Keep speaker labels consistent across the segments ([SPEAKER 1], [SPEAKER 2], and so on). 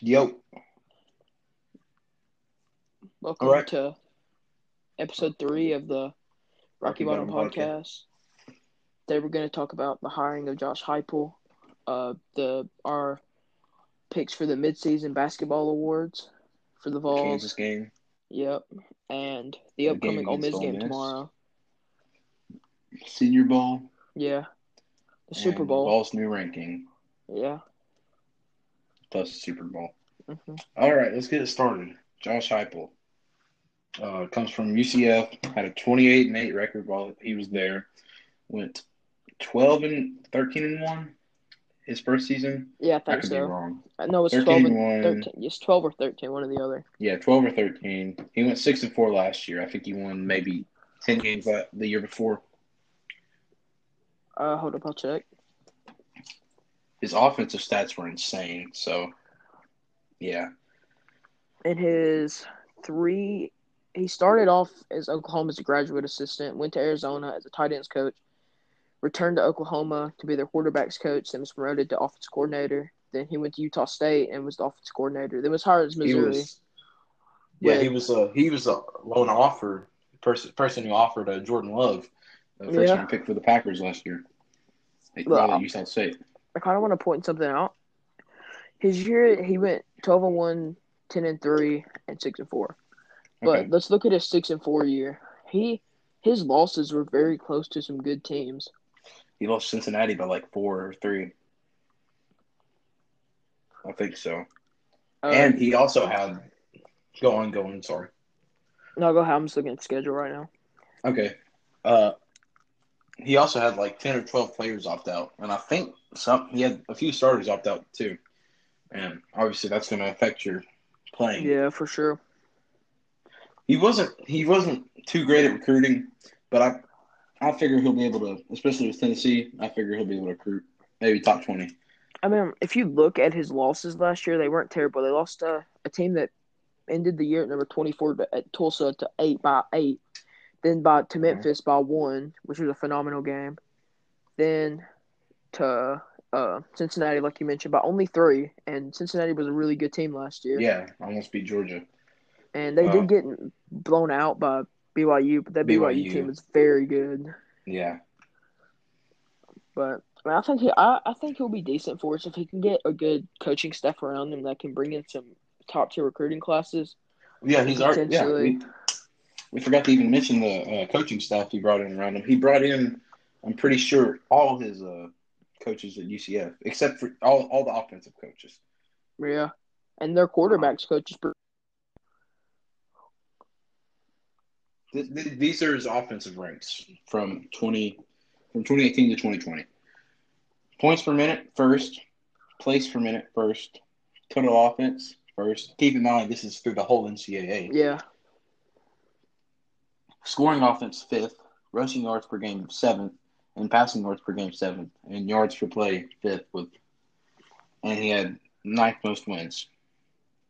[SPEAKER 1] Yo.
[SPEAKER 2] Welcome
[SPEAKER 1] All right.
[SPEAKER 2] to episode three of the
[SPEAKER 1] Rocky
[SPEAKER 2] Rocky, Bottom,
[SPEAKER 1] Bottom
[SPEAKER 2] podcast. Today we're going to talk about the hiring of Josh Heupel, uh, the our picks for the midseason basketball awards for the Vols.
[SPEAKER 1] Kansas game.
[SPEAKER 2] Yep, and
[SPEAKER 1] The
[SPEAKER 2] the upcoming
[SPEAKER 1] game
[SPEAKER 2] Ole Miss
[SPEAKER 1] against Ole
[SPEAKER 2] game
[SPEAKER 1] Miss.
[SPEAKER 2] tomorrow.
[SPEAKER 1] Senior Bowl.
[SPEAKER 2] Yeah, the Super
[SPEAKER 1] and
[SPEAKER 2] Bowl.
[SPEAKER 1] Vols new ranking
[SPEAKER 2] Yeah.
[SPEAKER 1] plus Super Bowl.
[SPEAKER 2] hmm
[SPEAKER 1] All right, let's get it started. Josh Heupel uh, comes from UCF. Had a 28 and 8 record while he was there. Went 12 and 13 and 1 his first season.
[SPEAKER 2] Yeah, I
[SPEAKER 1] I
[SPEAKER 2] think
[SPEAKER 1] could be
[SPEAKER 2] so.
[SPEAKER 1] wrong.
[SPEAKER 2] I know it's
[SPEAKER 1] 13
[SPEAKER 2] twelve and
[SPEAKER 1] and 1.
[SPEAKER 2] thirteen. It's twelve or thirteen, one or the other.
[SPEAKER 1] Yeah, 12 or 13. He went 6 and 4 last year. I think he won maybe 10 games la- the year before.
[SPEAKER 2] Uh, hold up, I'll check.
[SPEAKER 1] His offensive stats were insane. So, yeah.
[SPEAKER 2] in his three he started off as oklahoma's graduate assistant went to arizona as a tight ends coach returned to oklahoma to be their quarterbacks coach then was promoted to offense coordinator then he went to utah state and was the offense coordinator then was hired as
[SPEAKER 3] He
[SPEAKER 2] missouri
[SPEAKER 3] was, yeah,
[SPEAKER 2] Wait.
[SPEAKER 3] he was a he was a loan offer person person who offered uh, Jordan Love.
[SPEAKER 1] The first
[SPEAKER 2] Yeah.
[SPEAKER 1] round pick for the Packers last year.
[SPEAKER 2] Well,
[SPEAKER 1] Well, at Utah State.
[SPEAKER 2] i kind of want to point something out his year he went 12 and 1 10 and 3 and 6 and 4 but
[SPEAKER 1] Okay.
[SPEAKER 2] let's look at his 6 and 4 year he his losses were very close to some good teams
[SPEAKER 1] He lost Cincinnati by like four or three. I think so.
[SPEAKER 2] Uh,
[SPEAKER 1] and he
[SPEAKER 3] He also had go on, go on. Sorry.
[SPEAKER 2] no go ahead i'm just looking at the schedule right now
[SPEAKER 1] okay.
[SPEAKER 3] Uh, he also had like ten or twelve players opt out, and I think some he had a few starters opt out too.
[SPEAKER 1] And obviously that's gonna affect your playing.
[SPEAKER 2] yeah for sure
[SPEAKER 1] He wasn't he wasn't too great at recruiting, but I I figure he'll be able to especially with Tennessee, I figure he'll be able to recruit maybe top twenty.
[SPEAKER 2] I mean, if you look at his losses last year, they weren't terrible. They lost uh, a team that ended the year at number 24 to, at Tulsa to 8 by 8, then by to Memphis by 1, which was a phenomenal game. Then to uh, Cincinnati, like you mentioned, by only 3, and Cincinnati was a really good team last year.
[SPEAKER 1] Yeah, almost beat Georgia.
[SPEAKER 2] And they
[SPEAKER 1] Wow.
[SPEAKER 2] did get blown out by BYU, but that BYU,
[SPEAKER 1] BYU.
[SPEAKER 2] team was very good.
[SPEAKER 1] Yeah.
[SPEAKER 2] But I, mean, I think he, I, I think he'll be decent for us if he can get a good coaching staff around him that can bring in some top tier recruiting classes.
[SPEAKER 3] Yeah, he's already.
[SPEAKER 1] Yeah,
[SPEAKER 2] Actually-
[SPEAKER 1] we, we forgot to even mention the uh, coaching staff he brought in around him. He brought in, I'm pretty sure, all his uh, coaches at UCF, except for all, all the offensive coaches.
[SPEAKER 2] Yeah, and their quarterbacks coach is pretty-
[SPEAKER 1] Th- th- these are his offensive ranks from 20, from 2018 to 2020. Points per minute first, place per minute first, total offense first. Keep in mind this is through the whole NCAA.
[SPEAKER 2] yeah
[SPEAKER 1] scoring offense fifth, rushing yards per game seventh, and passing yards per game seventh, and yards per play fifth with and he had ninth most wins.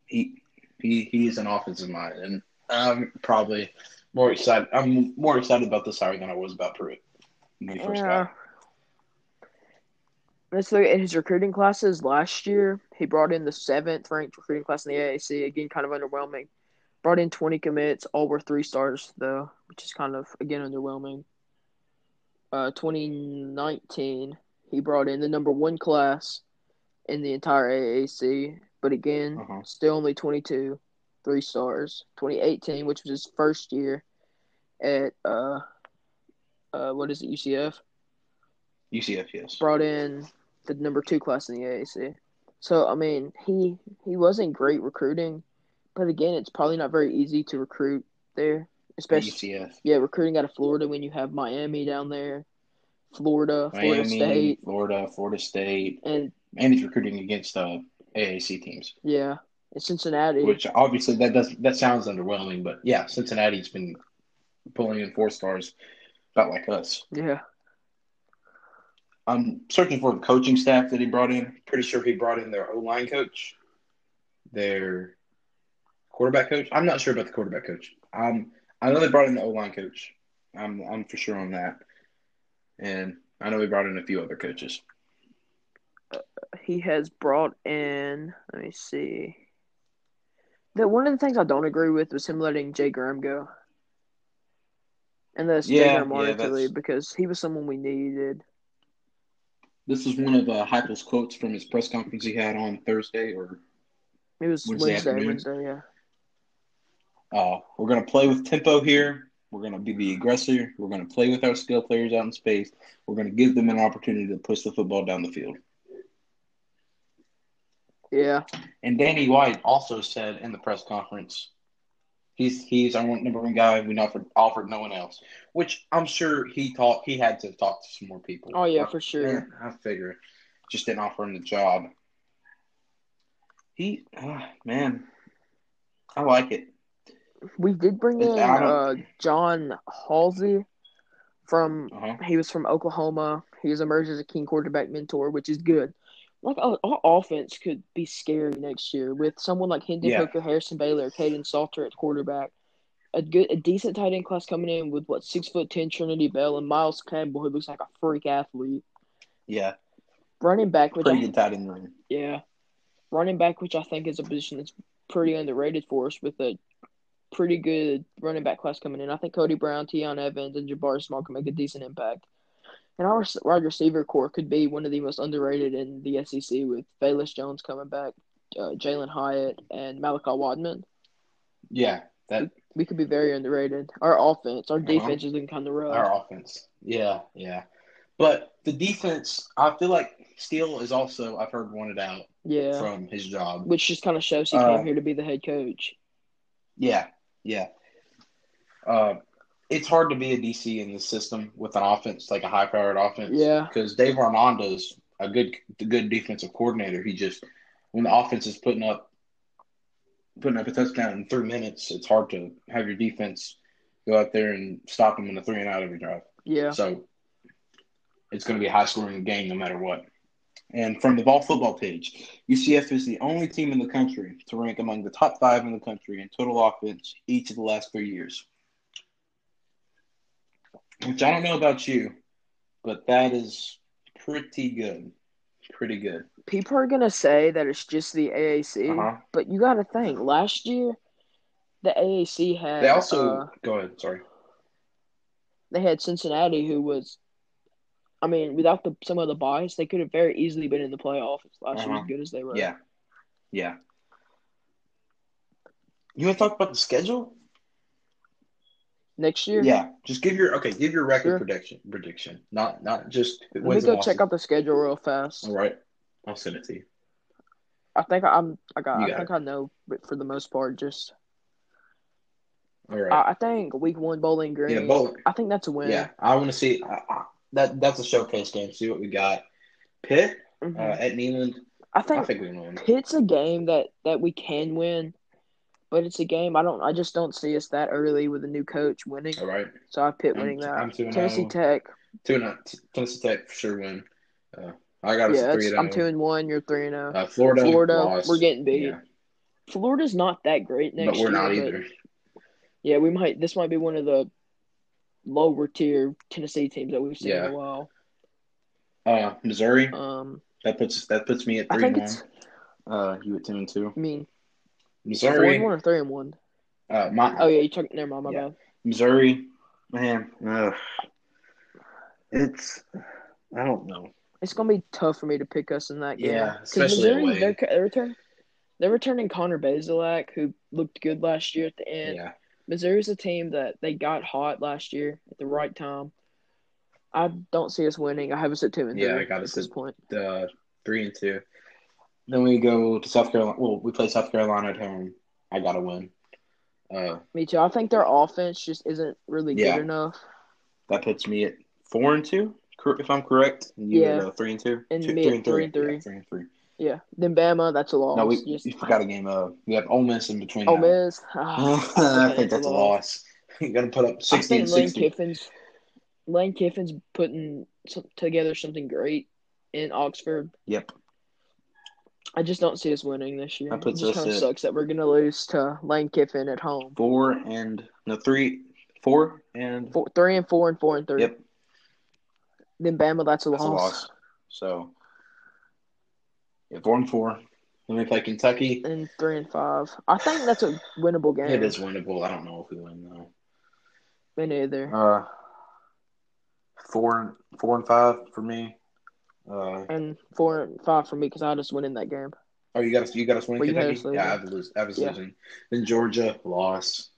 [SPEAKER 1] He he he is an offensive mind and I'm probably more excited I'm more excited about this hire than I was about Pruitt when we first
[SPEAKER 2] yeah.
[SPEAKER 1] got
[SPEAKER 2] Let's look at his recruiting classes last year. He brought in the seventh ranked recruiting class in the AAC. Again, kind of underwhelming. Brought in twenty commits, all were three stars though, which is kind of again underwhelming. Uh, twenty nineteen, he brought in the number one class in the entire AAC, but again,
[SPEAKER 1] Uh-huh.
[SPEAKER 2] still only twenty two, three stars. Twenty eighteen, which was his first year at uh, uh, what is it, UCF?
[SPEAKER 1] UCF, yes.
[SPEAKER 2] brought in the number two class in the AAC. So I mean, he he wasn't great recruiting, but again, it's probably not very easy to recruit there, especially
[SPEAKER 1] UCF.
[SPEAKER 2] yeah, recruiting out of Florida when you have Miami down there, Florida, Florida
[SPEAKER 1] Miami,
[SPEAKER 2] State,
[SPEAKER 1] Florida, Florida State,
[SPEAKER 2] and
[SPEAKER 1] and he's recruiting against uh, AAC teams.
[SPEAKER 2] yeah, and Cincinnati.
[SPEAKER 1] which obviously that does that sounds underwhelming, but yeah, Cincinnati's been pulling in four stars, about like us.
[SPEAKER 2] yeah,
[SPEAKER 1] I'm searching for the coaching staff that he brought in. Pretty sure he brought in their O line coach, their quarterback coach. I'm not sure about the quarterback coach. Um, I know they brought in the O line coach. I'm I'm for sure on that, and I know he brought in a few other coaches.
[SPEAKER 2] he has brought in. Let me see. The one of the things I don't agree with was him letting Jay Graham go. And that's Jay
[SPEAKER 3] Yeah,
[SPEAKER 2] Graham
[SPEAKER 3] yeah,
[SPEAKER 2] wanted to
[SPEAKER 3] that's-
[SPEAKER 2] leave because he was someone we needed.
[SPEAKER 1] This is one of uh, Heupel's quotes from his press conference he had on Thursday. Or
[SPEAKER 2] It was
[SPEAKER 1] Wednesday
[SPEAKER 2] Wednesday,
[SPEAKER 1] afternoon.
[SPEAKER 2] Wednesday, yeah.
[SPEAKER 1] uh, we're going to play with tempo here. We're going to be the aggressor. We're going to play with our skill players out in space. We're going to give them an opportunity to push the football down the field.
[SPEAKER 2] Yeah.
[SPEAKER 1] And Danny White also said in the press conference, he's he's our one- number one guy. We offered offered no one else, which I'm sure he talked. He had to talk to some more people.
[SPEAKER 2] Oh yeah,
[SPEAKER 1] I-
[SPEAKER 2] for sure.
[SPEAKER 1] yeah, I figure, just didn't offer him the job. He, ah, man, I like it.
[SPEAKER 2] We did bring
[SPEAKER 1] It's
[SPEAKER 2] in uh,
[SPEAKER 1] Adam.
[SPEAKER 2] John Halsey from
[SPEAKER 1] Uh-huh.
[SPEAKER 2] He was from Oklahoma. He was emerged as a king quarterback mentor, which is good. Like our, our offense could be scary next year with someone like Hendon
[SPEAKER 1] Yeah.
[SPEAKER 2] Hooker, Harrison Baylor, Caden Salter at quarterback. A good, a decent tight end class coming in with what six foot ten Trinity Bell and Miles Campbell, who looks like a freak athlete.
[SPEAKER 1] Yeah,
[SPEAKER 2] Running back, which
[SPEAKER 1] pretty
[SPEAKER 2] I-
[SPEAKER 1] good tight end room.
[SPEAKER 2] yeah, running back, which I think is a position that's pretty underrated for us with a pretty good running back class coming in. I think Cody Brown, Teion Evans, and Jabari Small can make a decent impact. And our s- wide receiver core could be one of the most underrated in the SEC with Bayless Jones coming back, uh, Jalen Hyatt, and Malachi Wadman.
[SPEAKER 1] Yeah, that
[SPEAKER 2] We could be very underrated. Our offense, our
[SPEAKER 1] Uh-huh.
[SPEAKER 2] defense is looking kind of rough.
[SPEAKER 1] our offense. Yeah, yeah, but the defense. I feel like Steele is also. I've heard wanted out
[SPEAKER 2] Yeah,
[SPEAKER 1] from his job.
[SPEAKER 2] which just kind of shows he
[SPEAKER 1] Uh,
[SPEAKER 2] came here to be the head coach.
[SPEAKER 1] Yeah, yeah. Uh, it's hard to be a DC in this system with an offense like a high-powered offense.
[SPEAKER 2] Yeah.
[SPEAKER 1] because Dave Armando's a good, good defensive coordinator. He just when the offense is putting up, putting up a touchdown in three minutes, it's hard to have your defense go out there and stop them in a three and out every drive.
[SPEAKER 2] Yeah,
[SPEAKER 1] So it's going to be a high scoring game no matter what. And from the ball football page, UCF is the only team in the country to rank among the top five in the country in total offense each of the last three years. Which I don't know about you, but that is pretty good. Pretty good.
[SPEAKER 2] people are gonna say that it's just the AAC,
[SPEAKER 1] Uh-huh.
[SPEAKER 2] but you got to think last year the AAC had
[SPEAKER 1] They also
[SPEAKER 2] uh,
[SPEAKER 1] go ahead. Sorry.
[SPEAKER 2] they had Cincinnati, who was, I mean, without the some of the buys, they could have very easily been in the playoffs last year,
[SPEAKER 1] Uh-huh.
[SPEAKER 2] as good as they were.
[SPEAKER 1] Yeah, yeah. You want to talk about the schedule?
[SPEAKER 2] Next year,
[SPEAKER 1] Yeah, just give your okay. Give your record
[SPEAKER 2] Sure.
[SPEAKER 1] prediction. Prediction, not not just
[SPEAKER 2] Let me
[SPEAKER 1] wins
[SPEAKER 2] go
[SPEAKER 1] and
[SPEAKER 2] check
[SPEAKER 1] losses.
[SPEAKER 2] out the schedule real fast.
[SPEAKER 1] All right, I'll send it to you.
[SPEAKER 2] I think I'm. I got.
[SPEAKER 1] You
[SPEAKER 2] I
[SPEAKER 1] got
[SPEAKER 2] think I know, but for the most part, just
[SPEAKER 1] All right.
[SPEAKER 2] I, I think week one Bowling Green.
[SPEAKER 1] yeah, both.
[SPEAKER 2] I think that's a win.
[SPEAKER 1] Yeah, I want to see I, I, that. That's a showcase game. See what we got. Pitt
[SPEAKER 2] Mhm.
[SPEAKER 1] uh, at Neyland.
[SPEAKER 2] I
[SPEAKER 1] I
[SPEAKER 2] think
[SPEAKER 1] think we can win.
[SPEAKER 2] Pitt's a game that that we can win, but it's a game I don't. I just don't see us that early with a new coach winning.
[SPEAKER 1] All right.
[SPEAKER 2] So I have Pitt
[SPEAKER 1] I'm-
[SPEAKER 2] winning that.
[SPEAKER 1] I'm oh. 2-0.
[SPEAKER 2] Tennessee Tech.
[SPEAKER 1] Two and out. Tennessee Tech for sure win. Uh, I got us
[SPEAKER 2] Yeah,
[SPEAKER 1] a three
[SPEAKER 2] it's,
[SPEAKER 1] and
[SPEAKER 2] I'm
[SPEAKER 1] oh.
[SPEAKER 2] two and one. You're three and zero.
[SPEAKER 1] Uh, Florida.
[SPEAKER 2] Florida,
[SPEAKER 1] lost.
[SPEAKER 2] we're getting beat
[SPEAKER 1] Yeah,
[SPEAKER 2] Florida's not that great next
[SPEAKER 1] but we're
[SPEAKER 2] year.
[SPEAKER 1] not
[SPEAKER 2] but
[SPEAKER 1] either.
[SPEAKER 2] Yeah, we might. This might be one of the lower tier Tennessee teams that we've seen in
[SPEAKER 1] Yeah.
[SPEAKER 2] a while.
[SPEAKER 1] Uh, Missouri.
[SPEAKER 2] Um,
[SPEAKER 1] that puts that puts me at
[SPEAKER 2] I
[SPEAKER 1] three and
[SPEAKER 2] think
[SPEAKER 1] one.
[SPEAKER 2] it's.
[SPEAKER 1] Uh, you at ten and two.
[SPEAKER 2] I mean, four
[SPEAKER 1] Missouri.
[SPEAKER 2] and one or three and one.
[SPEAKER 1] Uh, my
[SPEAKER 2] Oh yeah, you took. Never mind. My
[SPEAKER 1] Yeah.
[SPEAKER 2] bad.
[SPEAKER 1] Missouri, man, ugh. it's I don't know.
[SPEAKER 2] It's gonna be tough for me to pick us in that game.
[SPEAKER 1] Yeah,
[SPEAKER 2] 'Cause
[SPEAKER 1] especially
[SPEAKER 2] Missouri,
[SPEAKER 1] away.
[SPEAKER 2] They're, they're return, they're returning Connor Bazelak, who looked good last year at the end.
[SPEAKER 1] yeah,
[SPEAKER 2] Missouri's a team that they got hot last year at the right time. I don't see us winning. I have us at two and
[SPEAKER 1] Yeah,
[SPEAKER 2] three
[SPEAKER 1] I got
[SPEAKER 2] at
[SPEAKER 1] us
[SPEAKER 2] this
[SPEAKER 1] at-
[SPEAKER 2] point.
[SPEAKER 1] the three and two. Then we go to South Carolina. Well, we play South Carolina at home. I gotta win. Uh,
[SPEAKER 2] Me too. I think their offense just isn't really
[SPEAKER 1] Yeah.
[SPEAKER 2] good enough.
[SPEAKER 1] that puts me at four and two, cor- if I'm correct. And you at
[SPEAKER 2] Yeah.
[SPEAKER 1] uh, three and two.
[SPEAKER 2] And
[SPEAKER 1] Two-
[SPEAKER 2] me at three and three.
[SPEAKER 1] Yeah, three and three.
[SPEAKER 2] Yeah. Then Bama, that's a loss.
[SPEAKER 1] no, we,
[SPEAKER 2] just
[SPEAKER 1] we forgot a game. Uh, we have Ole Miss in between.
[SPEAKER 2] Ole
[SPEAKER 1] now.
[SPEAKER 2] Miss. Ah,
[SPEAKER 1] I think that's a loss. You're gonna put up
[SPEAKER 2] I
[SPEAKER 1] sixty
[SPEAKER 2] think
[SPEAKER 1] and
[SPEAKER 2] Lane
[SPEAKER 1] sixty.
[SPEAKER 2] Kiffin's Lane Kiffin's putting some, together something great in Oxford.
[SPEAKER 1] Yep.
[SPEAKER 2] I just don't see us winning this year.
[SPEAKER 1] That puts
[SPEAKER 2] it just
[SPEAKER 1] us
[SPEAKER 2] kind of
[SPEAKER 1] at-
[SPEAKER 2] sucks that we're gonna lose to Lane Kiffin at home.
[SPEAKER 1] Four and no three, four and
[SPEAKER 2] Four, three and four and four and three.
[SPEAKER 1] yep,
[SPEAKER 2] Then Bama, that's a
[SPEAKER 1] that's a
[SPEAKER 2] loss.
[SPEAKER 1] loss. So yeah, four and four. Then we play Kentucky.
[SPEAKER 2] and three and five. I think that's a winnable game.
[SPEAKER 1] It is winnable. I don't know if we win though.
[SPEAKER 2] Me neither.
[SPEAKER 1] Uh, four and four and five for me. Uh,
[SPEAKER 2] And four and five for me because I just went in that game.
[SPEAKER 1] oh, you got us. You got us winning
[SPEAKER 2] Well, you
[SPEAKER 1] Kentucky.
[SPEAKER 2] had us losing.
[SPEAKER 1] yeah, I have lose. I was
[SPEAKER 2] Yeah.
[SPEAKER 1] losing. Then Georgia lost.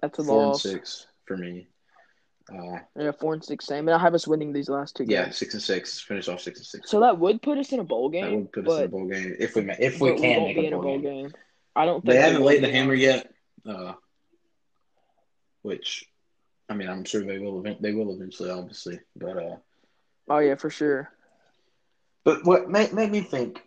[SPEAKER 2] That's a
[SPEAKER 1] four
[SPEAKER 2] loss.
[SPEAKER 1] and six for me. Uh,
[SPEAKER 2] Yeah, four and six same. And I have us winning these last two
[SPEAKER 1] yeah,
[SPEAKER 2] games.
[SPEAKER 1] six and six. Finish off six and six.
[SPEAKER 2] So that would put us in a bowl game.
[SPEAKER 1] That would put us
[SPEAKER 2] but,
[SPEAKER 1] in a bowl game if we ma- if we
[SPEAKER 2] but
[SPEAKER 1] can
[SPEAKER 2] won't
[SPEAKER 1] make
[SPEAKER 2] be
[SPEAKER 1] a bowl, game.
[SPEAKER 2] I don't think
[SPEAKER 1] They
[SPEAKER 2] we
[SPEAKER 1] haven't
[SPEAKER 2] will
[SPEAKER 1] laid
[SPEAKER 2] be.
[SPEAKER 1] the hammer yet, uh, which I mean I'm sure they will. event- They will eventually, obviously. But uh,
[SPEAKER 2] Oh yeah, for sure.
[SPEAKER 1] but what made, made me think?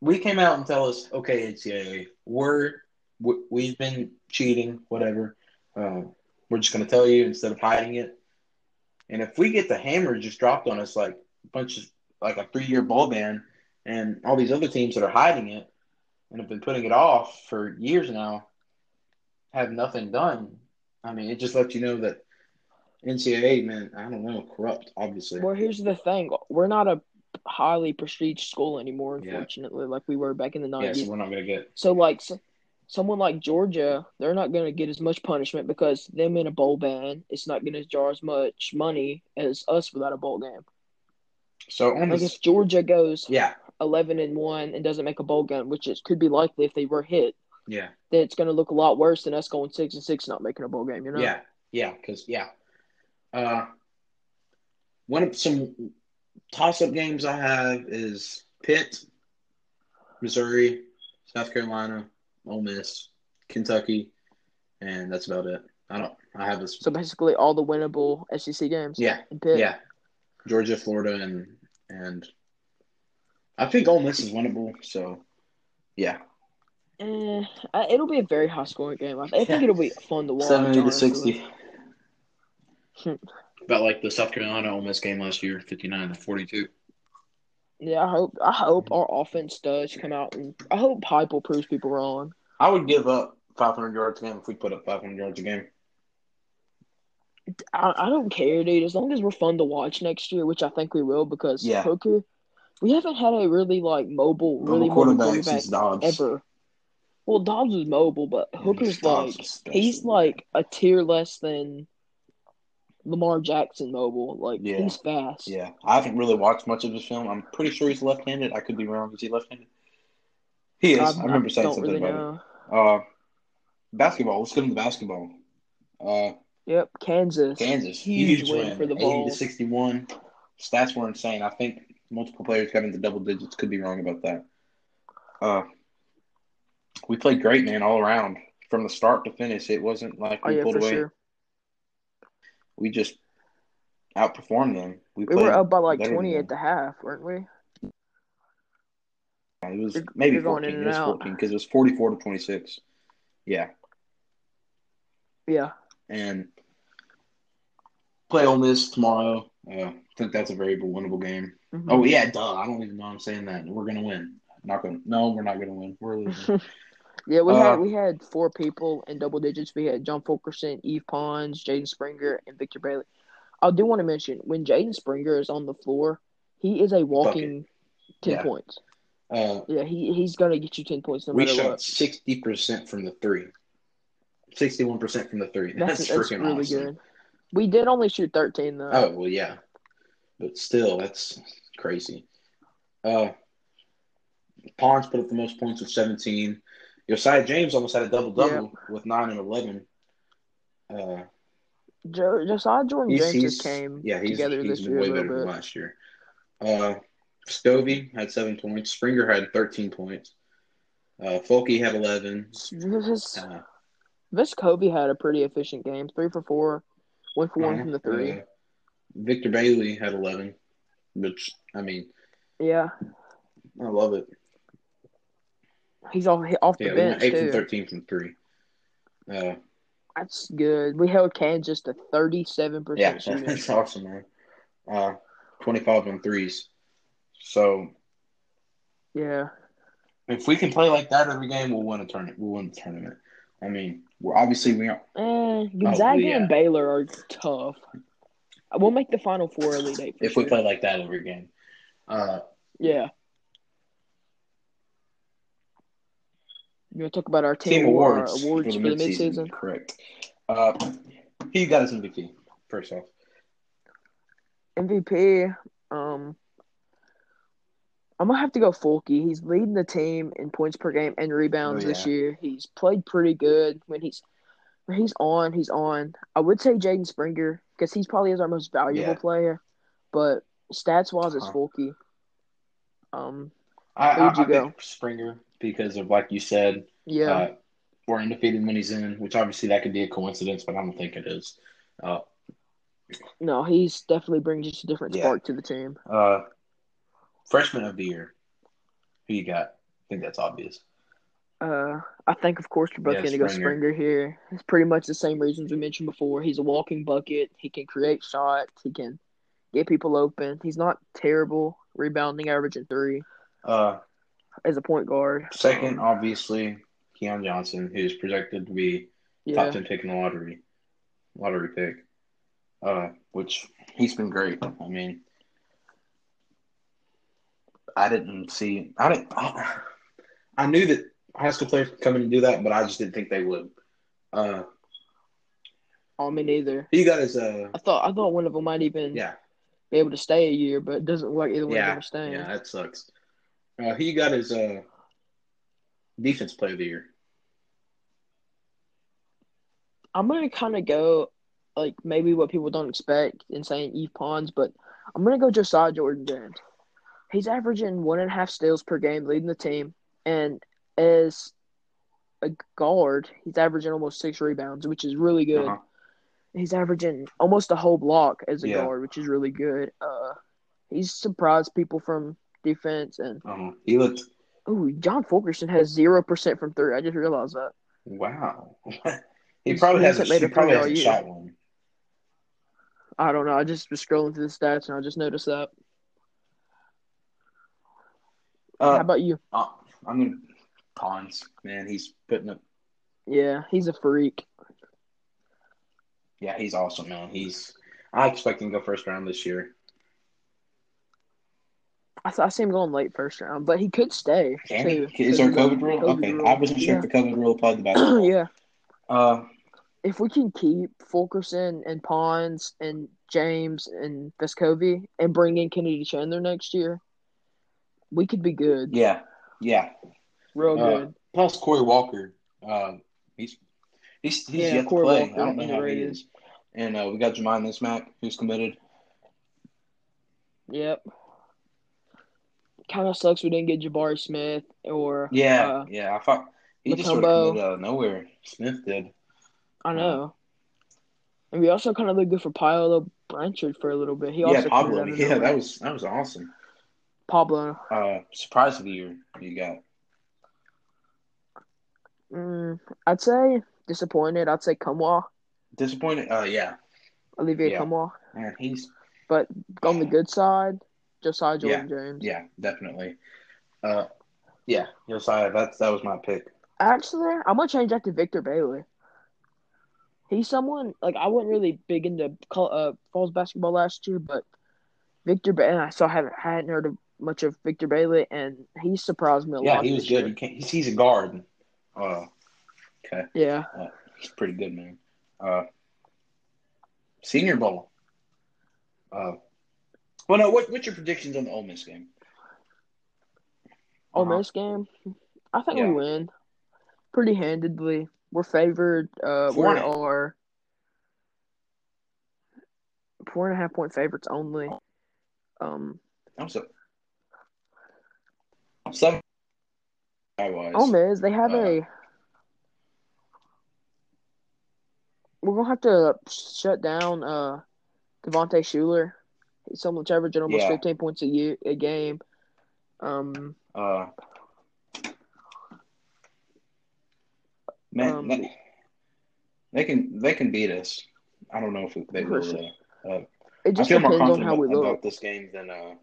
[SPEAKER 1] We came out and tell us, okay, NCAA, we're we- we've been cheating, whatever. Uh, we're just going to tell you instead of hiding it. And if we get the hammer just dropped on us like a bunch of like a three year bowl ban, and all these other teams that are hiding it and have been putting it off for years now have nothing done. I mean, it just lets you know that NCAA, man, I don't know, corrupt, obviously.
[SPEAKER 2] Well, here's the thing: we're not a highly prestigious school anymore,
[SPEAKER 1] Yeah.
[SPEAKER 2] unfortunately, like we were back in the
[SPEAKER 1] Yeah,
[SPEAKER 2] nineties.
[SPEAKER 1] so we're not going to get
[SPEAKER 2] So like so, someone like Georgia, they're not going to get as much punishment because them in a bowl ban, it's not going to jar as much money as us without a bowl game.
[SPEAKER 1] So on
[SPEAKER 2] Like
[SPEAKER 1] this,
[SPEAKER 2] if Georgia goes
[SPEAKER 1] yeah,
[SPEAKER 2] eleven and one and doesn't make a bowl game, which it could be likely if they were hit,
[SPEAKER 1] yeah,
[SPEAKER 2] then it's going to look a lot worse than us going six and six not making a bowl game. You know?
[SPEAKER 1] yeah, yeah, because yeah, uh, one of some toss-up games I have is Pitt, Missouri, South Carolina, Ole Miss, Kentucky, and that's about it. I don't. I have this.
[SPEAKER 2] So basically, all the winnable SEC games.
[SPEAKER 1] Yeah,
[SPEAKER 2] And Pitt.
[SPEAKER 1] yeah, Georgia, Florida, and and I think Ole Miss is winnable. So yeah,
[SPEAKER 2] Eh, I- it'll be a very high scoring game. I think
[SPEAKER 1] Yeah.
[SPEAKER 2] it'll be fun to watch.
[SPEAKER 4] seventy to
[SPEAKER 2] honestly.
[SPEAKER 4] sixty.
[SPEAKER 1] about like the South Carolina Ole Miss game last year, fifty-nine to forty-two.
[SPEAKER 2] Yeah, I hope I hope our offense does come out, and I hope Hype will prove people wrong.
[SPEAKER 4] I would give up five hundred yards a game if we put up five hundred yards a game.
[SPEAKER 2] I, I don't care, dude. As long as we're fun to watch next year, which I think we will, because
[SPEAKER 4] Yeah.
[SPEAKER 2] Hooker, we haven't had a really like mobile, really
[SPEAKER 4] Really
[SPEAKER 2] mobile
[SPEAKER 4] quarterback,
[SPEAKER 2] quarterback
[SPEAKER 4] since Dobbs.
[SPEAKER 2] ever. Well, Dobbs was mobile, but Hooker's
[SPEAKER 4] Dobbs
[SPEAKER 2] like
[SPEAKER 4] is special,
[SPEAKER 2] he's
[SPEAKER 4] man.
[SPEAKER 2] like a tier less than Lamar Jackson mobile. Like
[SPEAKER 4] Yeah.
[SPEAKER 2] he's fast.
[SPEAKER 4] Yeah, I haven't really watched much of his film. I'm pretty sure he's left-handed. I could be wrong. Is he left-handed? He is. I, remember saying
[SPEAKER 2] don't
[SPEAKER 4] something
[SPEAKER 2] really
[SPEAKER 4] about
[SPEAKER 2] know.
[SPEAKER 4] it. Uh, basketball. Let's get into basketball. Uh,
[SPEAKER 2] Yep, Kansas.
[SPEAKER 4] Kansas,
[SPEAKER 2] Huge win for
[SPEAKER 4] 80
[SPEAKER 2] the
[SPEAKER 4] to
[SPEAKER 2] Vols.
[SPEAKER 4] 61. Stats were insane. I think multiple players got into double digits. Could be wrong about that. Uh, we played great, man, all around from the start to finish. It wasn't like
[SPEAKER 2] Oh
[SPEAKER 4] we
[SPEAKER 2] yeah,
[SPEAKER 4] pulled
[SPEAKER 2] for
[SPEAKER 4] away.
[SPEAKER 2] sure.
[SPEAKER 4] We just outperformed them. We,
[SPEAKER 2] We
[SPEAKER 4] played
[SPEAKER 2] were up by like
[SPEAKER 4] better than
[SPEAKER 2] twenty
[SPEAKER 4] them.
[SPEAKER 2] at the half, weren't we?
[SPEAKER 4] It was
[SPEAKER 2] You're-
[SPEAKER 4] maybe
[SPEAKER 2] you're going
[SPEAKER 4] 14. It
[SPEAKER 2] in and
[SPEAKER 4] was
[SPEAKER 2] out.
[SPEAKER 4] 14 because it was 44 to 26. Yeah.
[SPEAKER 2] Yeah.
[SPEAKER 4] And play Ole Miss tomorrow. Uh, I think that's a very winnable game.
[SPEAKER 2] Mhm.
[SPEAKER 4] Oh, yeah, duh. I don't even know I'm saying that. We're going to win. Not gonna, no, we're not going to win. We're losing.
[SPEAKER 2] yeah, we
[SPEAKER 4] Uh,
[SPEAKER 2] had we had four people in double digits. We had John Fulkerson, Eve Pons, Jaden Springer, and Victor Bailey. I do want to mention when Jaden Springer is on the floor, he is a walking ten
[SPEAKER 1] Yeah.
[SPEAKER 2] points.
[SPEAKER 1] Uh,
[SPEAKER 2] Yeah, he he's gonna get you ten points no
[SPEAKER 1] we
[SPEAKER 2] matter
[SPEAKER 1] shot
[SPEAKER 2] what.
[SPEAKER 1] sixty percent from the three. Sixty-one percent from the three.
[SPEAKER 2] That's,
[SPEAKER 1] That's,
[SPEAKER 2] that's
[SPEAKER 1] freaking
[SPEAKER 2] really
[SPEAKER 1] awesome.
[SPEAKER 2] good. We did only shoot thirteen though.
[SPEAKER 1] Oh well, yeah, but still, that's crazy. Uh, Pons put up the most points with seventeen. Josiah James almost had a double double with nine and eleven. Uh,
[SPEAKER 2] Jo- Josiah Jordan
[SPEAKER 1] he's,
[SPEAKER 2] James
[SPEAKER 1] he's
[SPEAKER 2] just came
[SPEAKER 1] yeah, he's,
[SPEAKER 2] together
[SPEAKER 1] he's
[SPEAKER 2] this
[SPEAKER 1] been
[SPEAKER 2] year a
[SPEAKER 1] way
[SPEAKER 2] little
[SPEAKER 1] better
[SPEAKER 2] bit.
[SPEAKER 1] than last year. Uh, Scovey had seven points. Springer had thirteen points. Uh, Folke had eleven.
[SPEAKER 2] This,
[SPEAKER 1] Uh,
[SPEAKER 2] this Kobe had a pretty efficient game. Three for four, one for one from the three.
[SPEAKER 1] Uh, Victor Bailey had eleven, which I mean,
[SPEAKER 2] Yeah,
[SPEAKER 1] I love it.
[SPEAKER 2] he's off he- off the
[SPEAKER 1] Yeah, we went
[SPEAKER 2] bench
[SPEAKER 1] eight
[SPEAKER 2] too.
[SPEAKER 1] from thirteen from three. Uh,
[SPEAKER 2] That's good. We held Kansas to thirty-seven
[SPEAKER 1] yeah,
[SPEAKER 2] percent shooting.
[SPEAKER 1] that's awesome, man. Uh, twenty-five on threes. So
[SPEAKER 2] Yeah,
[SPEAKER 1] if we can play like that every game, we'll win a tournament. We'll win the tournament. I mean, we're obviously we are
[SPEAKER 2] eh, Gonzaga
[SPEAKER 1] yeah.
[SPEAKER 2] and Baylor are tough. We'll make the Final Four, Elite Eight. For
[SPEAKER 1] if
[SPEAKER 2] sure.
[SPEAKER 1] we play like that every game. Uh,
[SPEAKER 2] yeah, You want to talk about our team,
[SPEAKER 3] Team awards,
[SPEAKER 2] our awards for the midseason?
[SPEAKER 3] Correct. Uh,
[SPEAKER 1] He got his MVP.
[SPEAKER 3] first off,
[SPEAKER 2] MVP. Um, I'm gonna have to go Fulky. He's leading the team in points per game and rebounds
[SPEAKER 3] Oh,
[SPEAKER 2] this
[SPEAKER 3] yeah.
[SPEAKER 2] year. He's played pretty good when he's when he's on. He's on. I would say Jaden Springer because he's probably is our most valuable
[SPEAKER 3] Yeah.
[SPEAKER 2] player, but stats wise, it's
[SPEAKER 3] Huh.
[SPEAKER 2] Fulky. Um,
[SPEAKER 3] I,
[SPEAKER 2] Who would
[SPEAKER 3] I,
[SPEAKER 2] you
[SPEAKER 3] I
[SPEAKER 2] go?
[SPEAKER 3] picked Springer because of like you said,
[SPEAKER 2] yeah,
[SPEAKER 3] uh, we're undefeated when he's in, which obviously that could be a coincidence, but I don't think it is. Uh,
[SPEAKER 2] no, he's definitely brings just a different
[SPEAKER 3] Yeah.
[SPEAKER 2] spark to the team.
[SPEAKER 3] uh, freshman of the year, who you got? I think that's obvious.
[SPEAKER 2] Uh, I think, of course, we're both
[SPEAKER 3] Yeah,
[SPEAKER 2] going to go
[SPEAKER 3] Springer.
[SPEAKER 2] Springer here. It's pretty much the same reasons we mentioned before. He's a walking bucket. He can create shots. He can get people open. He's not terrible rebounding, averaging three
[SPEAKER 3] Uh,
[SPEAKER 2] as a point guard.
[SPEAKER 3] second, obviously, Keon Johnson, who's projected to be
[SPEAKER 2] Yeah,
[SPEAKER 3] top ten pick in the lottery, lottery pick, uh, which
[SPEAKER 1] He's been great. I mean, I didn't see. I didn't.
[SPEAKER 3] I, I knew that high school players could come in and do that, but I just didn't think they would. Uh,
[SPEAKER 2] I mean either.
[SPEAKER 3] who you got as a
[SPEAKER 2] I thought I thought one of them might even
[SPEAKER 3] yeah,
[SPEAKER 2] be able to stay a year, but it doesn't look like either one of
[SPEAKER 3] yeah,
[SPEAKER 2] them are staying.
[SPEAKER 3] yeah, that sucks. Uh, who you got as a defense player of the year?
[SPEAKER 2] I'm gonna kind of go like maybe what people don't expect in saying Eve Pons, but I'm gonna go Josiah Jordan James. He's averaging one and a half steals per game, leading the team, and as a guard, he's averaging almost six rebounds, which is really good.
[SPEAKER 3] Uh-huh.
[SPEAKER 2] He's averaging almost a whole block as a
[SPEAKER 3] Yeah.
[SPEAKER 2] guard, which is really good. Uh, he's surprised people from defense, and
[SPEAKER 3] Um, he looked
[SPEAKER 2] ooh, John Fulkerson has zero percent from three. I just realized that.
[SPEAKER 3] wow. he
[SPEAKER 2] He's-
[SPEAKER 3] probably
[SPEAKER 2] he
[SPEAKER 3] hasn't.
[SPEAKER 2] hasn't made
[SPEAKER 3] he
[SPEAKER 2] a
[SPEAKER 3] probably
[SPEAKER 2] three all
[SPEAKER 3] hasn't
[SPEAKER 2] year.
[SPEAKER 3] shot one.
[SPEAKER 2] I don't know. I just was scrolling through the stats and I just noticed that. How
[SPEAKER 1] Uh,
[SPEAKER 2] about you?
[SPEAKER 1] uh, I'm gonna Pons. Man, he's putting up.
[SPEAKER 2] Yeah, he's a freak.
[SPEAKER 3] Yeah, he's awesome, man. He's. I expect him to go first round this year.
[SPEAKER 2] I, th- I see him going late first round, but he could stay
[SPEAKER 3] Can
[SPEAKER 2] too.
[SPEAKER 1] he? Is there a
[SPEAKER 2] because
[SPEAKER 1] COVID
[SPEAKER 2] of
[SPEAKER 1] rule?
[SPEAKER 2] COVID
[SPEAKER 1] okay,
[SPEAKER 2] rule.
[SPEAKER 1] I wasn't sure
[SPEAKER 2] Yeah.
[SPEAKER 1] if the COVID rule applied to basketball.
[SPEAKER 2] yeah,
[SPEAKER 1] Uh,
[SPEAKER 2] if we can keep Fulkerson and Pons and James and Vescovi and bring in Kennedy Chandler next year, we could be good,
[SPEAKER 1] yeah, yeah.
[SPEAKER 2] real
[SPEAKER 3] Uh,
[SPEAKER 2] good.
[SPEAKER 3] Plus Corey Walker. Uh, he's
[SPEAKER 1] He's he's
[SPEAKER 2] Yeah,
[SPEAKER 1] yet
[SPEAKER 2] Corey
[SPEAKER 1] to play.
[SPEAKER 2] Walker,
[SPEAKER 1] I don't know how he
[SPEAKER 2] underrated.
[SPEAKER 1] is. And uh, we got Jemian Nismack, who's committed.
[SPEAKER 2] Yep. Kind of sucks we didn't get Jabari Smith or
[SPEAKER 1] Yeah,
[SPEAKER 2] uh,
[SPEAKER 1] yeah. I thought he just sort
[SPEAKER 2] Mutombo.
[SPEAKER 1] of committed out of nowhere. Smith did.
[SPEAKER 2] I know. And we also kind of looked good for Paolo Branchard for a little bit. He also
[SPEAKER 1] yeah,
[SPEAKER 2] committed
[SPEAKER 1] Pablo.
[SPEAKER 2] out of
[SPEAKER 1] Yeah,
[SPEAKER 2] nowhere.
[SPEAKER 1] that was that was awesome.
[SPEAKER 2] Pablo.
[SPEAKER 1] Uh, surprise of the year you got.
[SPEAKER 2] Mm, I'd say disappointed. I'd say Kumwa,
[SPEAKER 1] Disappointed. Uh, yeah,
[SPEAKER 2] Olivier
[SPEAKER 1] Yeah.
[SPEAKER 2] Kumwa.
[SPEAKER 1] man. He's
[SPEAKER 2] But on the good side, Josiah Jordan James.
[SPEAKER 1] yeah, definitely.
[SPEAKER 3] uh, yeah, Josiah. That's that was my pick.
[SPEAKER 2] Actually, I'm gonna change that to Victor Baylor. He's someone like I wasn't really big into col- uh, falls basketball last year, but Victor Baylor. I still haven't hadn't heard of much of Victor Baylor, and he surprised me a
[SPEAKER 3] yeah,
[SPEAKER 2] lot.
[SPEAKER 3] he was
[SPEAKER 2] this
[SPEAKER 3] good. He
[SPEAKER 2] year.
[SPEAKER 3] can't, he's, he's a guard. Uh,
[SPEAKER 2] Yeah,
[SPEAKER 1] He's pretty good, man.
[SPEAKER 3] uh, Senior Bowl. Uh, well, no. What, what's your predictions on the Ole Miss game?
[SPEAKER 2] on
[SPEAKER 3] Uh-huh.
[SPEAKER 2] this game, I think
[SPEAKER 3] Yeah.
[SPEAKER 2] we win pretty handedly. We're favored. Uh, we
[SPEAKER 3] Four and a-
[SPEAKER 2] are four and a half point favorites only. Um,
[SPEAKER 1] I'm so. Some. I was.
[SPEAKER 2] Ole Miss, they have
[SPEAKER 1] Uh,
[SPEAKER 2] a. We're gonna have to shut down uh, Devontae Shuler. He's someone averaging almost
[SPEAKER 1] Yeah.
[SPEAKER 2] fifteen points a year a game. Um,
[SPEAKER 1] Uh, man,
[SPEAKER 2] Um,
[SPEAKER 1] they, they can they can beat us. I don't know if they will.
[SPEAKER 2] Listen,
[SPEAKER 1] Though.
[SPEAKER 2] it
[SPEAKER 1] I
[SPEAKER 2] just
[SPEAKER 1] feel more
[SPEAKER 2] depends on
[SPEAKER 1] confident
[SPEAKER 2] how
[SPEAKER 1] about,
[SPEAKER 2] we look.
[SPEAKER 1] about this game than uh.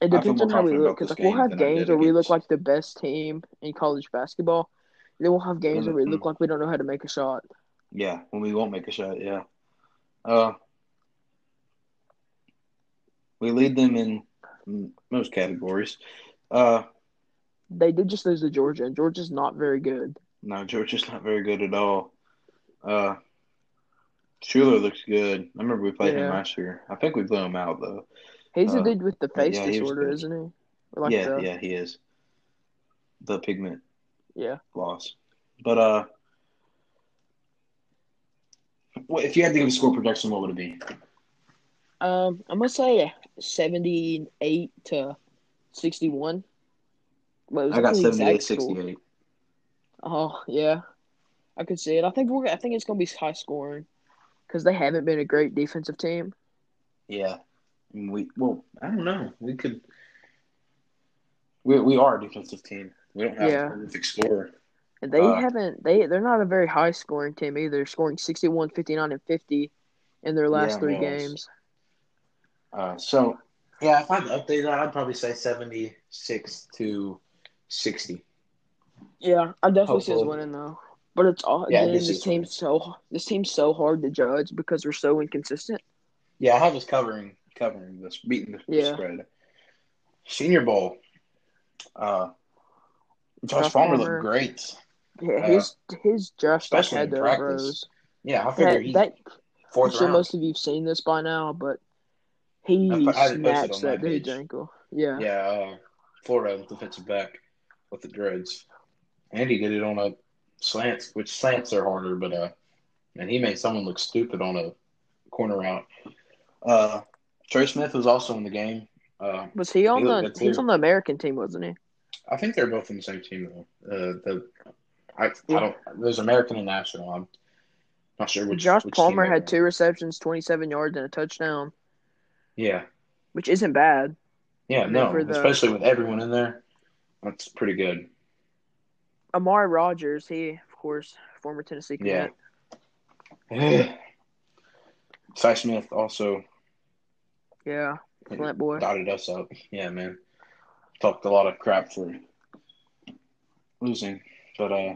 [SPEAKER 2] It
[SPEAKER 1] feel
[SPEAKER 2] depends
[SPEAKER 1] more
[SPEAKER 2] on how we
[SPEAKER 1] confident
[SPEAKER 2] look
[SPEAKER 1] about
[SPEAKER 2] because
[SPEAKER 1] this
[SPEAKER 2] like we'll
[SPEAKER 1] game
[SPEAKER 2] have
[SPEAKER 1] than I did
[SPEAKER 2] games where we look
[SPEAKER 1] against-
[SPEAKER 2] like the best team in college basketball. Then we'll have games where we look like we don't know how to make a shot.
[SPEAKER 1] Yeah, when we won't make a shot. Yeah. Uh, we lead them in m- most categories. Uh,
[SPEAKER 2] They did just lose to Georgia, and Georgia's not very good.
[SPEAKER 1] No, Georgia's not very good at all. Uh, Schuler looks good. I remember we played him
[SPEAKER 2] Yeah.
[SPEAKER 1] last year. I think we blew him out though.
[SPEAKER 2] He's
[SPEAKER 1] Uh,
[SPEAKER 2] a dude with the face
[SPEAKER 1] yeah, he was
[SPEAKER 2] disorder,
[SPEAKER 1] good.
[SPEAKER 2] isn't he? Or like
[SPEAKER 1] yeah,
[SPEAKER 2] the,
[SPEAKER 1] yeah, he is. The pigment
[SPEAKER 2] yeah.
[SPEAKER 1] loss, but uh, what, if you had to give a score projection, what would it be?
[SPEAKER 2] Um, I'm gonna say 78 to 61. Wait, was
[SPEAKER 1] I
[SPEAKER 2] that
[SPEAKER 1] got
[SPEAKER 2] the
[SPEAKER 1] 78,
[SPEAKER 2] exact score?
[SPEAKER 1] 68.
[SPEAKER 2] Oh yeah, I could see it. I think we're. I think it's gonna be high scoring because they haven't been a great defensive team.
[SPEAKER 1] Yeah, and we well,
[SPEAKER 3] I don't know. We could.
[SPEAKER 1] we we are a defensive team. We don't have
[SPEAKER 2] Yeah.
[SPEAKER 1] a prolific scorer.
[SPEAKER 2] And they
[SPEAKER 1] Uh,
[SPEAKER 2] haven't. They they're not a very high scoring team either. They're scoring 61, 59, and 50 in their last
[SPEAKER 1] Yeah,
[SPEAKER 2] three
[SPEAKER 1] no, it's-
[SPEAKER 2] games.
[SPEAKER 1] Uh, so
[SPEAKER 3] Yeah, if I'd update that, I'd probably say seventy-six to sixty.
[SPEAKER 2] Yeah, I definitely see us
[SPEAKER 3] Hopefully.
[SPEAKER 2] winning though. But it's all
[SPEAKER 3] Yeah, I
[SPEAKER 2] again.
[SPEAKER 3] do
[SPEAKER 2] This,
[SPEAKER 3] see us winning.
[SPEAKER 2] team's so this team's so hard to judge because we're so inconsistent.
[SPEAKER 3] Yeah, I have us covering.
[SPEAKER 1] covering this, beating the
[SPEAKER 2] Yeah.
[SPEAKER 1] spread.
[SPEAKER 3] Senior Bowl.
[SPEAKER 1] Uh,
[SPEAKER 3] Josh
[SPEAKER 2] Josh
[SPEAKER 3] Palmer
[SPEAKER 2] Palmer.
[SPEAKER 3] looked great.
[SPEAKER 2] Yeah,
[SPEAKER 3] Uh,
[SPEAKER 2] his his Josh like,
[SPEAKER 3] especially
[SPEAKER 2] had
[SPEAKER 3] in
[SPEAKER 2] to
[SPEAKER 3] practice.
[SPEAKER 2] rose.
[SPEAKER 3] Yeah, I figure
[SPEAKER 2] That,
[SPEAKER 3] he's
[SPEAKER 2] that I'm
[SPEAKER 3] fourth
[SPEAKER 2] sure
[SPEAKER 3] round.
[SPEAKER 2] most of you've seen this by now, but he
[SPEAKER 3] I put- I had it posted
[SPEAKER 2] snatched
[SPEAKER 3] on my
[SPEAKER 2] that dude's
[SPEAKER 3] page.
[SPEAKER 2] ankle. Yeah.
[SPEAKER 3] Yeah, uh, Florida defensive back with the dreads. And he did it on a slants, which slants are harder, but uh, and he made someone look stupid on a corner route.
[SPEAKER 1] Uh,
[SPEAKER 3] Trey Smith was also in the game. Uh,
[SPEAKER 2] Was he on
[SPEAKER 3] He looked
[SPEAKER 2] the
[SPEAKER 3] good,
[SPEAKER 2] he was
[SPEAKER 3] too.
[SPEAKER 2] on the American team, wasn't he?
[SPEAKER 3] I think they're both on the same team though. Uh, the I,
[SPEAKER 2] Yeah.
[SPEAKER 3] I don't. There's American and National. I'm not sure which.
[SPEAKER 2] Josh
[SPEAKER 3] which team
[SPEAKER 2] Palmer
[SPEAKER 3] they
[SPEAKER 2] had
[SPEAKER 3] were
[SPEAKER 2] two receptions, twenty seven yards and a touchdown,
[SPEAKER 3] on. Yeah,
[SPEAKER 2] which isn't bad.
[SPEAKER 3] yeah,
[SPEAKER 2] And then
[SPEAKER 3] no,
[SPEAKER 2] for the-
[SPEAKER 3] especially with everyone in there, that's pretty good.
[SPEAKER 2] Amari Rogers, he of course, former Tennessee
[SPEAKER 3] Yeah.
[SPEAKER 2] commit.
[SPEAKER 3] Cy Smith also
[SPEAKER 2] Yeah. Flint boy.
[SPEAKER 3] dotted us up. Yeah, man. Talked a lot of crap for
[SPEAKER 1] losing, but uh,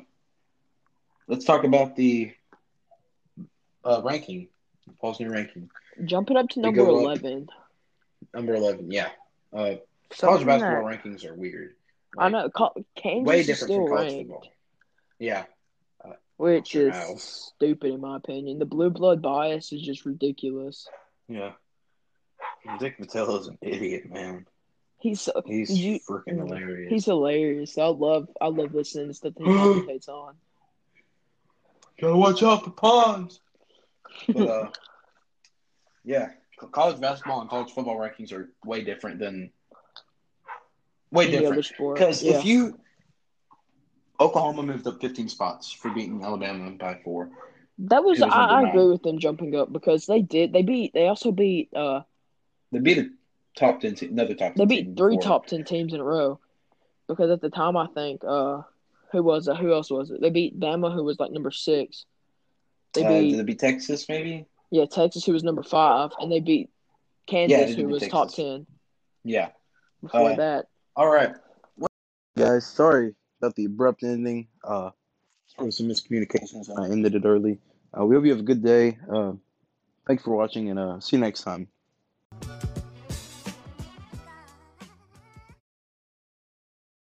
[SPEAKER 1] let's talk about the
[SPEAKER 3] uh, ranking. Paul's new ranking,
[SPEAKER 2] Jumping up to
[SPEAKER 3] They
[SPEAKER 2] number
[SPEAKER 3] go up.
[SPEAKER 2] eleven.
[SPEAKER 3] number eleven. Yeah, uh, college
[SPEAKER 2] Something
[SPEAKER 3] basketball
[SPEAKER 2] that,
[SPEAKER 3] rankings are weird.
[SPEAKER 2] I know Col- Kansas
[SPEAKER 3] way
[SPEAKER 2] is
[SPEAKER 3] different
[SPEAKER 2] still
[SPEAKER 3] from college
[SPEAKER 2] ranked,
[SPEAKER 3] football. Yeah,
[SPEAKER 2] which
[SPEAKER 3] Sure
[SPEAKER 2] is
[SPEAKER 3] how.
[SPEAKER 2] stupid in my opinion. The blue blood bias is just ridiculous.
[SPEAKER 3] yeah. Dick Vitello's an idiot, man.
[SPEAKER 2] He's so,
[SPEAKER 3] He's
[SPEAKER 2] Did Uh, you- mm,
[SPEAKER 3] freaking hilarious.
[SPEAKER 2] He's hilarious. I love I love listening to stuff that he commentates on.
[SPEAKER 3] gotta watch out for pawns.
[SPEAKER 1] but, uh, yeah, co- college basketball and college football rankings are way different than way
[SPEAKER 2] Any other
[SPEAKER 1] different.
[SPEAKER 2] sport.
[SPEAKER 1] Because
[SPEAKER 2] Yeah.
[SPEAKER 1] if you Oklahoma moved up 15 spots for beating Alabama by four.
[SPEAKER 2] that was,
[SPEAKER 1] it was
[SPEAKER 2] I, I
[SPEAKER 1] number
[SPEAKER 2] agree
[SPEAKER 1] nine.
[SPEAKER 2] with them jumping up because they did they beat they also beat uh
[SPEAKER 1] They beat a top 10 team, another top 10
[SPEAKER 2] they
[SPEAKER 1] team
[SPEAKER 2] beat three
[SPEAKER 1] before.
[SPEAKER 2] top ten teams in a row because at the time I think uh who was it who else was it they beat Bama who was like number six they
[SPEAKER 1] Uh,
[SPEAKER 2] beat
[SPEAKER 1] did it beat Texas maybe?
[SPEAKER 2] yeah Texas who was number five and they beat Kansas
[SPEAKER 1] did
[SPEAKER 2] who
[SPEAKER 1] beat
[SPEAKER 2] was top
[SPEAKER 1] Texas.
[SPEAKER 2] ten
[SPEAKER 1] Yeah.
[SPEAKER 2] before
[SPEAKER 1] Uh,
[SPEAKER 2] that
[SPEAKER 1] All right. Guys, sorry about the abrupt ending. Uh, there was some miscommunications and I ended it early. Uh, we hope you have a good day. Uh, thanks for watching and uh, see you next time.